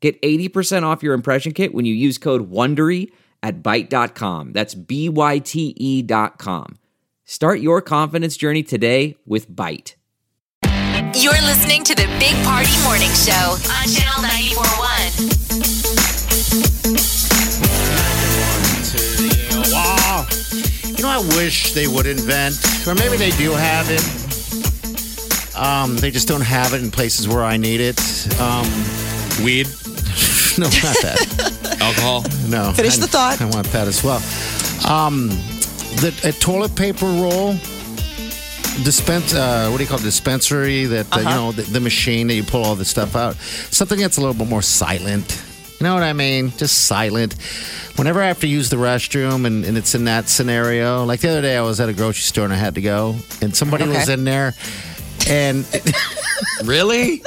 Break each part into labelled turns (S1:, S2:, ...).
S1: Get 80% off your impression kit when you use code WONDERY at Byte.com. That's B-Y-T-E E dot com. Start your confidence journey today with Byte.
S2: You're listening to the Big Party Morning Show on Channel 941.
S3: Wow. You know, I wish they would invent, or maybe they do have it. Um, they just don't have it in places where I need it. Um,
S4: Weed,
S3: no, not that.
S4: alcohol.
S3: No.
S5: Finish
S3: I-
S5: the thought.
S3: I want that as well. Um, the a toilet paper roll dispense. Uh, what do you call it? Dispensary that uh,
S5: Uh-huh.
S3: you know the, the machine that you pull all the stuff out. Something that's a little bit more silent. You know what I mean? Just silent. Whenever I have to use the restroom and, and it's in that scenario, like the other day I was at a grocery store and I had to go, and somebody
S5: Okay.
S3: was in there, and
S4: Really?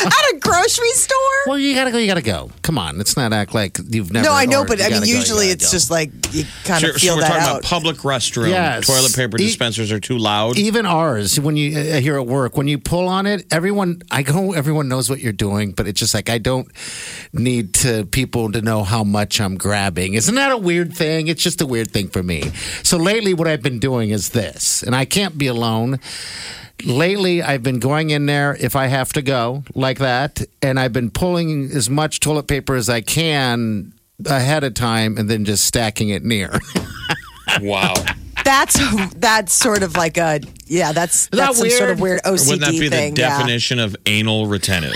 S5: At a grocery store?
S3: well, you gotta go, you gotta go. Come on, it's not act like you've never.
S5: no, I know,
S3: or
S5: but
S3: you
S5: I mean,
S3: gotta go, you
S5: usually
S3: gotta
S5: it's
S3: go.
S5: just like you kind
S4: So,
S5: of
S4: so
S5: feel
S4: we're
S5: that
S4: talking
S5: out.
S4: about public restroom.
S3: Yes.
S4: Toilet paper
S3: E-
S4: dispensers are too loud.
S3: even ours when you uh, here at work when you pull on it everyone i go everyone knows what you're doing but it's just like i don't need to people to know how much i'm grabbing isn't that a weird thing it's just a weird thing for me so lately what i've been doing is this and i can't be alone Lately, I've been going in there if I have to go like that, and I've been pulling as much toilet paper as I can ahead of time and then just stacking it near.
S4: wow.
S5: that's that's sort of like a yeah. That's
S3: that
S5: that's some sort of weird
S3: weird?
S5: OCD
S4: Wouldn't that be
S5: thing.
S4: the
S5: yeah.
S4: definition of anal retentive?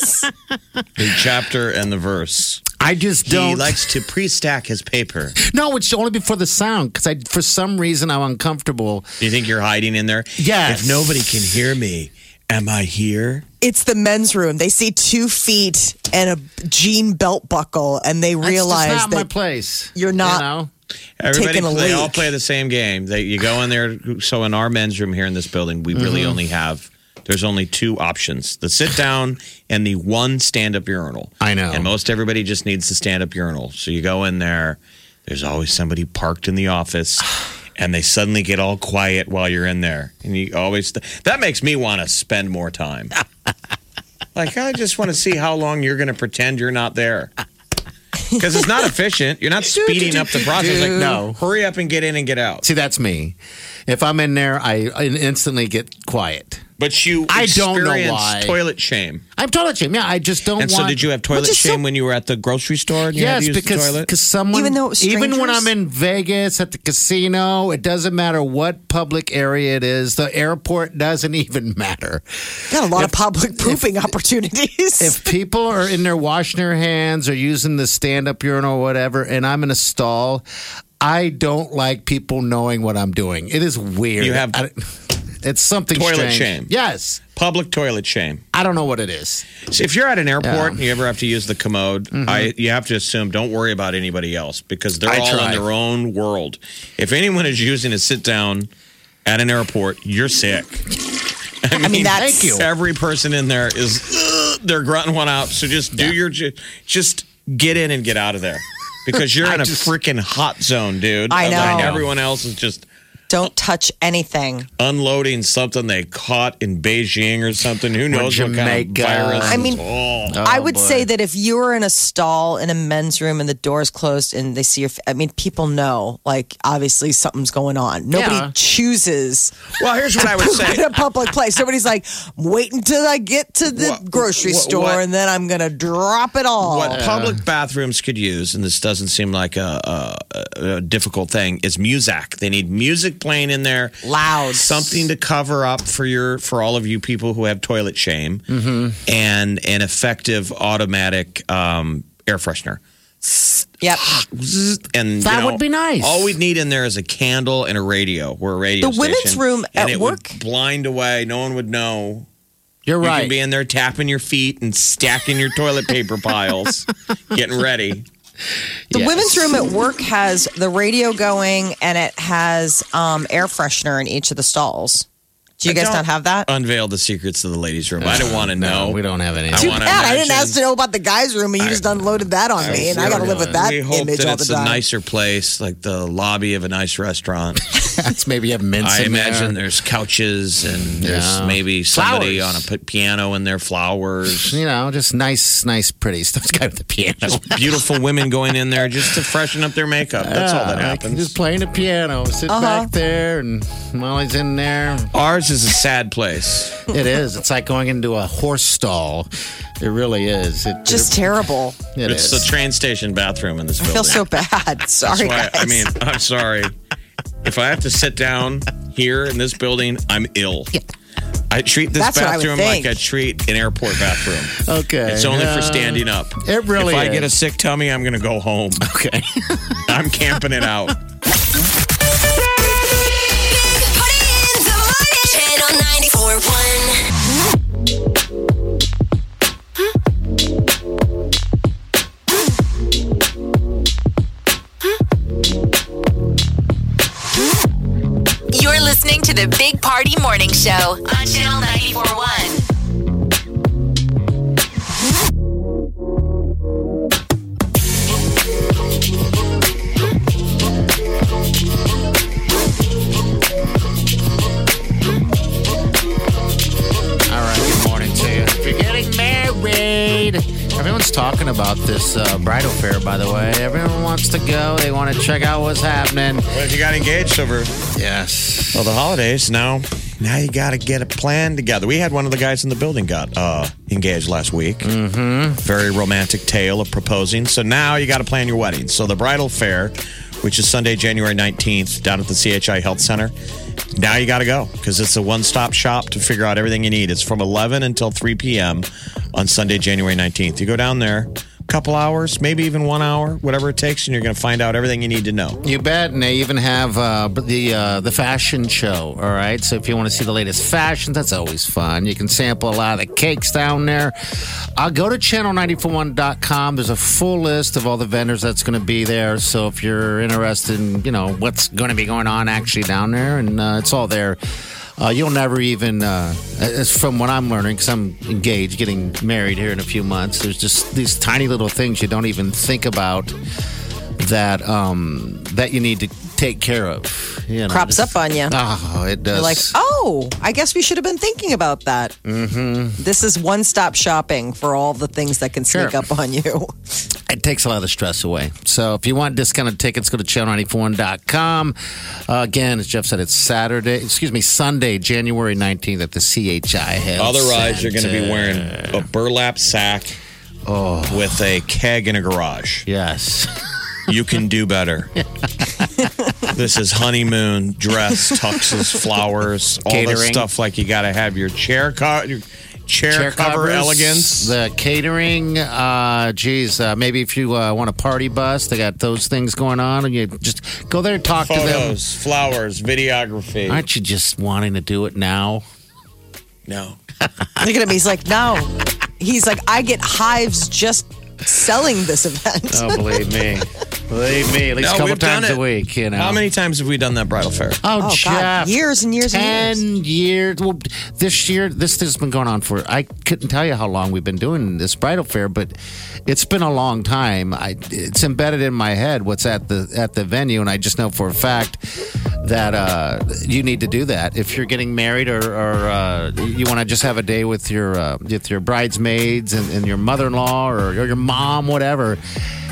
S4: the chapter and the verse.
S3: I just don't.
S4: to pre-stack his paper.
S3: No, it's only before the sound because I, for some reason, I'm uncomfortable.
S4: Do you think you're hiding in there?
S3: Yes.
S4: If nobody can hear me, am I here?
S5: It's the men's room. They see two feet and a jean belt buckle, and they
S3: That's just
S5: realize
S3: not my
S5: that
S3: place.
S5: you're not-
S4: Everybody,
S5: Taking a
S4: play, they all
S5: leak.
S4: play the same game. They, you go in there. So in our men's room here in this building, we really
S5: Mm-hmm.
S4: only have there's only two options: the sit down and the one stand up urinal.
S3: I know.
S4: And most everybody just needs the stand up urinal. So you go in there. There's always somebody parked in the office. And they suddenly get all quiet while you're in there, and you always that makes me want to spend more time. like I just want to see how long you're going to pretend you're not there, because it's not efficient. You're not speeding up the process. Like
S3: No.
S4: Hurry up and get in and get out.
S3: See, that's me. If I'm in there, I, I instantly get quiet.
S4: But you,
S3: I don't know
S4: experienced
S3: why.
S4: Toilet shame.
S3: I'm toilet shame. Yeah, I just don't.
S4: And
S3: want,
S4: so, did you have toilet
S5: just
S4: shame
S5: so-
S4: when you were at the grocery store? And you
S3: Yes,
S4: had to use the
S3: because
S4: toilet?
S3: because someone
S5: Even though
S3: even when I'm
S5: strangers?
S3: in Vegas at the casino, it doesn't matter what public area it is. The airport doesn't even matter.
S5: got a lot of public pooping opportunities.
S3: if people are in there washing their hands or using the stand up urinal or whatever, and I'm in a stall, I don't like people knowing what I'm doing. It is weird.
S4: You have-
S3: I- it's something
S4: Toilet
S3: strange.
S4: shame.
S3: Yes,
S4: Public toilet shame.
S3: I don't know what it is.
S4: So if you're at an airport and you ever have to use the commode, I you have to assume don't worry about anybody else because they're
S3: I
S4: all
S3: try.
S4: in their own world. If anyone is using a sit down at an airport, you're sick. I mean,
S5: that's-
S3: Thank you.
S4: Every person in there is "Ugh," they're grunting one out. So just do your ju- just get in and get out of there because you're in a freaking hot zone, dude.
S5: I
S4: And,
S5: know.
S4: like, everyone else is just
S5: Don't touch anything.
S4: unloading something they caught in Beijing or something. Who knows what kind of
S3: Jamaica.
S4: virus?
S5: I mean,
S4: Oh.
S5: I would say that if you were in a stall in a men's room and the door's closed and they see your, fa- I mean, people know, like, obviously something's going on. Nobody
S3: Yeah.
S5: chooses
S4: well, here's what I would say.
S5: in a public place. Nobody's like, wait until I get to the
S4: What-
S5: grocery
S4: what-
S5: store
S4: what-
S5: and then I'm going to drop it all.
S4: What public bathrooms could use, and this doesn't seem like a, a, a difficult thing, is Muzak. They need music playing in there,
S5: Loud.
S4: something to cover up for your for all of you people who have toilet shame, and an effective automatic um, air freshener.
S5: Yep.
S4: Zzz, And
S3: That
S4: you know,
S3: would be nice.
S4: All we'd need in there is a candle and a radio. We're a radio.
S5: The women's
S4: station,
S5: room
S4: and
S5: at
S4: it would
S5: work-
S4: blind away. No one would know
S3: You're
S4: you
S3: right.
S4: can be in there tapping your feet and stacking your toilet paper piles, getting ready.
S5: The
S1: Yes.
S5: women's room at work has the radio going and it has um, air freshener in each of the stalls. Do you guys
S4: Don't
S5: not have that?
S4: Unveil the secrets of the ladies' room. I don't want to know.
S3: Uh, we don't have any.
S4: I want to
S5: Pat, I didn't ask to know about the guys' room, and you just unloaded that on me, and I got to live with that
S4: we hope
S5: image
S4: that
S5: all the
S4: it's
S5: time.
S4: a nicer place, like the lobby of a nice restaurant.
S3: That's maybe have mints
S4: I
S3: in there.
S4: imagine there's couches and there's
S3: Yeah.
S4: maybe somebody
S3: Flowers.
S4: on a p- piano and their flowers.
S3: You know, just nice, nice, pretty stuff. This guy with the piano.
S4: Just beautiful women going in there just to freshen up their makeup. That's all that
S3: Yeah, like,
S4: happens.
S3: Just playing the piano. Sit back there, and Molly's in there.
S4: Ours is a sad place.
S3: It is. It's like going into a horse stall. It really is. It
S5: just terrible.
S3: it is.
S4: it's the train station bathroom in this
S5: I
S4: building.
S5: feel so bad. Sorry,
S4: That's why-
S5: guys.
S4: I mean, I'm sorry. If I have to sit down here in this building, I'm ill. I treat this
S5: That's what I would
S4: bathroom like
S5: think.
S4: I treat an airport bathroom.
S3: okay.
S4: It's only for
S3: Uh,
S4: standing up.
S3: it really
S4: If I get a
S3: is.
S4: sick tummy, I'm going to go home.
S3: Okay.
S4: I'm camping it out.
S2: Party in the morning. Channel 94.1. You're listening to the Big Party Morning Show on Channel 94.1.
S3: All right. Good morning to you. If you're getting married, everyone's talking about this uh, bridal fair. By the way, everyone wants to go. They want to check out what's happening.
S4: Well, if you got engaged over
S3: Yes.
S4: well, the holidays, now now you got to get a plan together. We had one of the guys in the building got uh, engaged last week. Mm-hmm. Very romantic tale of proposing. So now you got to plan your wedding. So the bridal fair, which is Sunday, January nineteenth, down at the CHI Health Center. Now you got to go because it's a one-stop shop to figure out everything you need. It's from 11 until 3 p.m. on Sunday, January 19th. You go down there, couple hours, maybe even one hour, whatever it takes, and you're going to find out everything you need to know.
S3: You bet, and they even have uh, the uh, the fashion show. All right, so if you want to see the latest fashions, that's always fun. You can sample a lot of the cakes down there. Uh, go to channel941.com. There's a full list of all the vendors that's going to be there. So if you're interested in you know what's going to be going on actually down there, and uh, it's all there. Uh, you'll never even, uh, as from what I'm learning, because I'm engaged, getting married here in a few months. There's just these tiny little things you don't even think about that um that you need to take care of. You know,
S5: Crops up on you.
S3: Oh, it does.
S5: You're like, oh, I guess we should have been thinking about that. Mm-hmm. This is one stop shopping for all the things that can sneak
S3: Sure.
S5: up on you.
S3: it takes a lot of the stress away. So if you want discounted tickets, go to channel941.com. Uh, again, as Jeff said, it's Saturday, excuse me, Sunday, January 19th at the CHI Health
S4: Otherwise, you're going to
S3: Center.
S4: be wearing a burlap sack
S3: Oh.
S4: with a keg in a garage.
S3: Yes.
S4: You can do better. this is honeymoon dress, tuxes, flowers, all this
S3: Catering.
S4: stuff. Like you got to have your chair co- your chair,
S3: Chair
S4: cover
S3: covers,
S4: elegance.
S3: The catering. Uh, geez, uh, maybe if you uh, want a party bus, they got those things going on. And you just go there and talk to them.
S4: Photos, flowers, videography.
S3: Aren't you just wanting to do it now?
S4: no.
S5: Look at him. He's like, no. He's like, I get hives just selling this event.
S3: Oh, believe me. believe me. At least
S4: No,
S3: a couple
S4: we've done
S3: times a
S4: it.
S3: week, you know.
S4: How many times have we done that bridal fair?
S3: Oh,
S5: Oh, God.
S3: Jeff.
S5: Years and years
S3: Ten
S5: and
S3: years.
S5: years.
S3: Well, this year, this, this has been going on for. I couldn't tell you how long we've been doing this bridal fair, but it's been a long time. I, it's embedded in my head what's at the at the venue, and I just know for a fact that uh, you need to do that if you're getting married or, or uh, you want to just have a day with your uh, with your bridesmaids and, and your mother-in-law or, or your mom, whatever.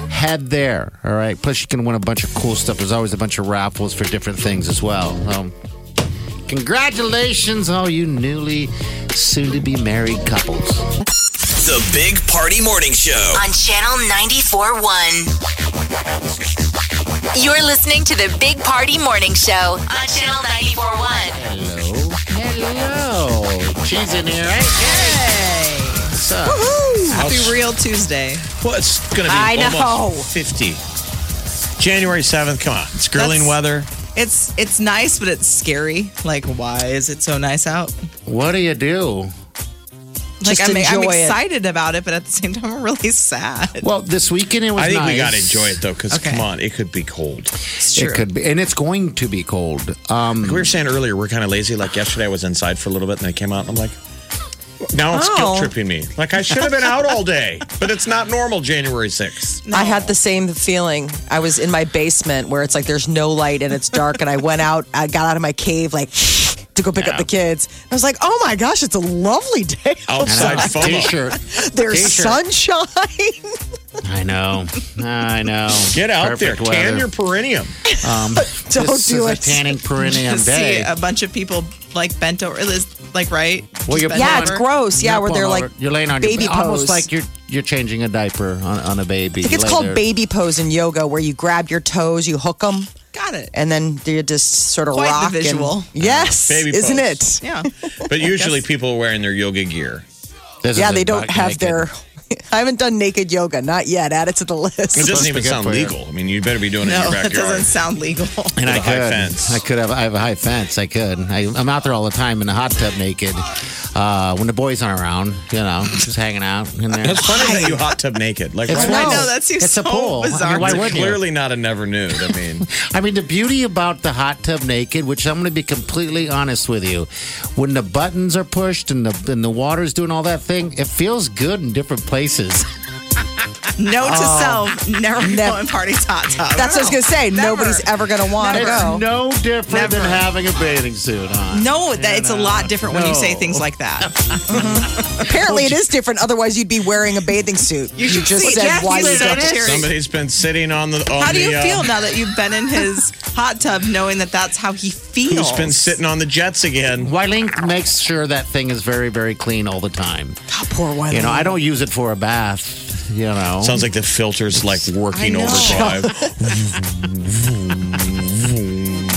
S3: Head there, all right. Plus, you can win a bunch of cool stuff. There's always a bunch of raffles for different things as well. Um, Congratulations, all you newly soon to be married couples.
S6: The Big Party Morning Show.
S2: On Channel 94.1. You're listening to the Big Party Morning Show on Channel 94.1.
S3: Hello. Hello. She's in here, right? Hey. What's up?
S5: Happy Real Tuesday.
S4: Well, it's going to be
S5: I know.
S4: almost 50. January 7th. Come on. It's grilling
S7: That's-
S4: weather.
S7: It's it's nice, but it's scary. Like, why is it so nice out?
S4: Oh.
S3: What do you do?
S7: Like
S5: Just
S7: I'm, I'm
S5: enjoy it.
S7: excited about it, but at the same time, I'm really sad.
S3: Well, this weekend it was.
S4: I think we
S3: nice.
S4: got to enjoy it though, because
S7: Okay.
S4: come on, it could be cold.
S7: It's true.
S3: It could be, and it's going to be cold. Um,
S4: Like we were saying earlier, we're kind of lazy. Like yesterday, I was inside for a little bit, and I came out, and I'm like, now it's
S7: Oh.
S4: guilt tripping me. Like I should have been out all day, but it's not normal January 6th.
S5: I had the same feeling. I was in my basement where it's like there's no light and it's dark, and I went out. I got out of my cave like to go pick up
S4: Yeah.
S5: the kids. I was like, "Oh my gosh, it's a lovely day.
S4: Outside FOMO.
S3: T-shirt.
S5: There's
S3: T-shirt.
S5: sunshine."
S3: I know. I know.
S4: Get out
S3: Perfect
S4: there,
S3: weather.
S4: tan your perennium.
S3: Um,
S5: Don't
S3: this is
S5: do
S3: a
S5: it.
S3: tanning perennial
S7: to see
S3: day.
S7: a bunch of people like bent over. It is like right.
S3: Well,
S7: Just
S3: you're-
S7: bent
S5: yeah, it's
S7: over.
S5: gross. Yeah,
S3: You're
S5: where they're
S3: pulling
S5: like
S3: over. you're laying on
S5: baby
S3: your,
S5: pose.
S3: almost like you're you're changing a diaper on, on a baby.
S5: I think it's
S3: You lay
S5: called
S3: there.
S5: baby pose in yoga, where you grab your toes, you hook them,
S7: Got it.
S5: and then you just sort of
S7: Quite the
S5: rock. and-
S7: visual.
S5: yes,
S4: Baby
S5: isn't
S4: pose.
S5: it?
S7: Yeah.
S4: But usually people are wearing their yoga gear.
S3: This
S5: yeah,
S3: is
S5: they
S3: a
S5: don't
S3: butt
S5: have
S3: naked.
S5: their. I haven't done naked yoga, not yet. Add it to the
S4: It
S5: list.
S4: doesn't
S3: be
S4: even
S3: good
S4: sound
S3: for you.
S4: legal. I mean, you better be doing it in
S7: No,
S4: your
S7: that
S4: backyard.
S7: doesn't sound legal.
S3: And
S4: With
S3: I
S4: a high
S3: could,
S4: fence.
S3: I could have. I have a high fence. I could. I, I'm out there all the time in the hot tub naked. Uh, when the boys aren't around, you know, just hanging out in there.
S4: That's funny that you hot tub naked. Like,
S3: It's
S4: why-
S7: I
S3: wild.
S7: know, that seems
S3: it's a
S7: so
S3: pool. I
S7: bizarre
S3: mean, why
S7: to
S4: It's
S3: wouldn't you?
S4: clearly not a never nude. I mean,
S3: I mean, the beauty about the hot tub naked, which I'm going to be completely honest with you, when the buttons are pushed and the and the water's doing all that thing, it feels good in different places.
S7: No to self. Never
S5: Oh. Nev-
S7: go in parties hot tub.
S5: That's what I was gonna say.
S7: Never.
S5: Nobody's ever gonna want to
S3: it's
S5: go.
S3: no different than
S7: Never.
S3: having a bathing suit on.
S7: No, that it's a lot different when you say
S3: No.
S7: things like that.
S5: Apparently, it is different. Otherwise, you'd be wearing a bathing suit. You,
S7: should
S5: just
S7: see
S5: said
S7: Jackie's
S5: why you
S7: little
S5: don't.
S7: Terry.
S4: somebody's been sitting on the. On
S7: How do
S4: the,
S7: you
S4: uh,
S7: feel now that you've been in his hot tub, knowing that that's how he feels?
S4: Who's been sitting on the jets again?
S3: Wylink makes sure that thing is very, very clean all the time.
S5: Oh, poor one.
S3: You know, I don't use it for a bath. You know,
S4: Sounds like the filter's like working
S7: I know.
S4: overdrive.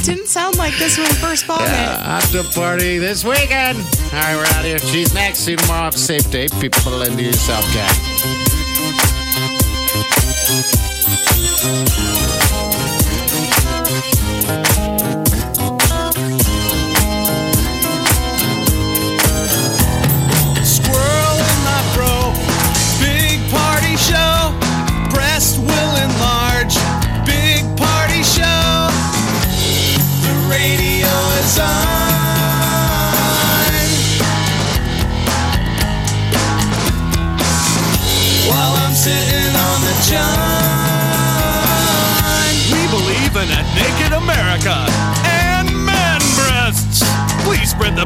S7: Didn't sound like this when we first bought it.
S3: Hot tub party this weekend. All right, we're out of here. She's next. See you tomorrow. Have a safe day. People into yourself, guys.
S8: Squirrel in my bro. Big party show. Breast will enlarge. Big party show. The radio is on. While I'm sitting on the john. We believe in a naked America and man breasts. Please spread the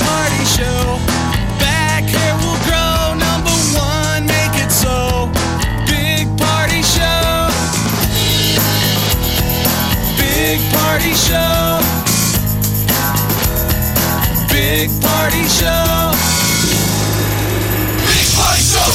S8: party show. Back hair will grow. Number one, make it so. Big party show. Big party show. Big party show. Big party show.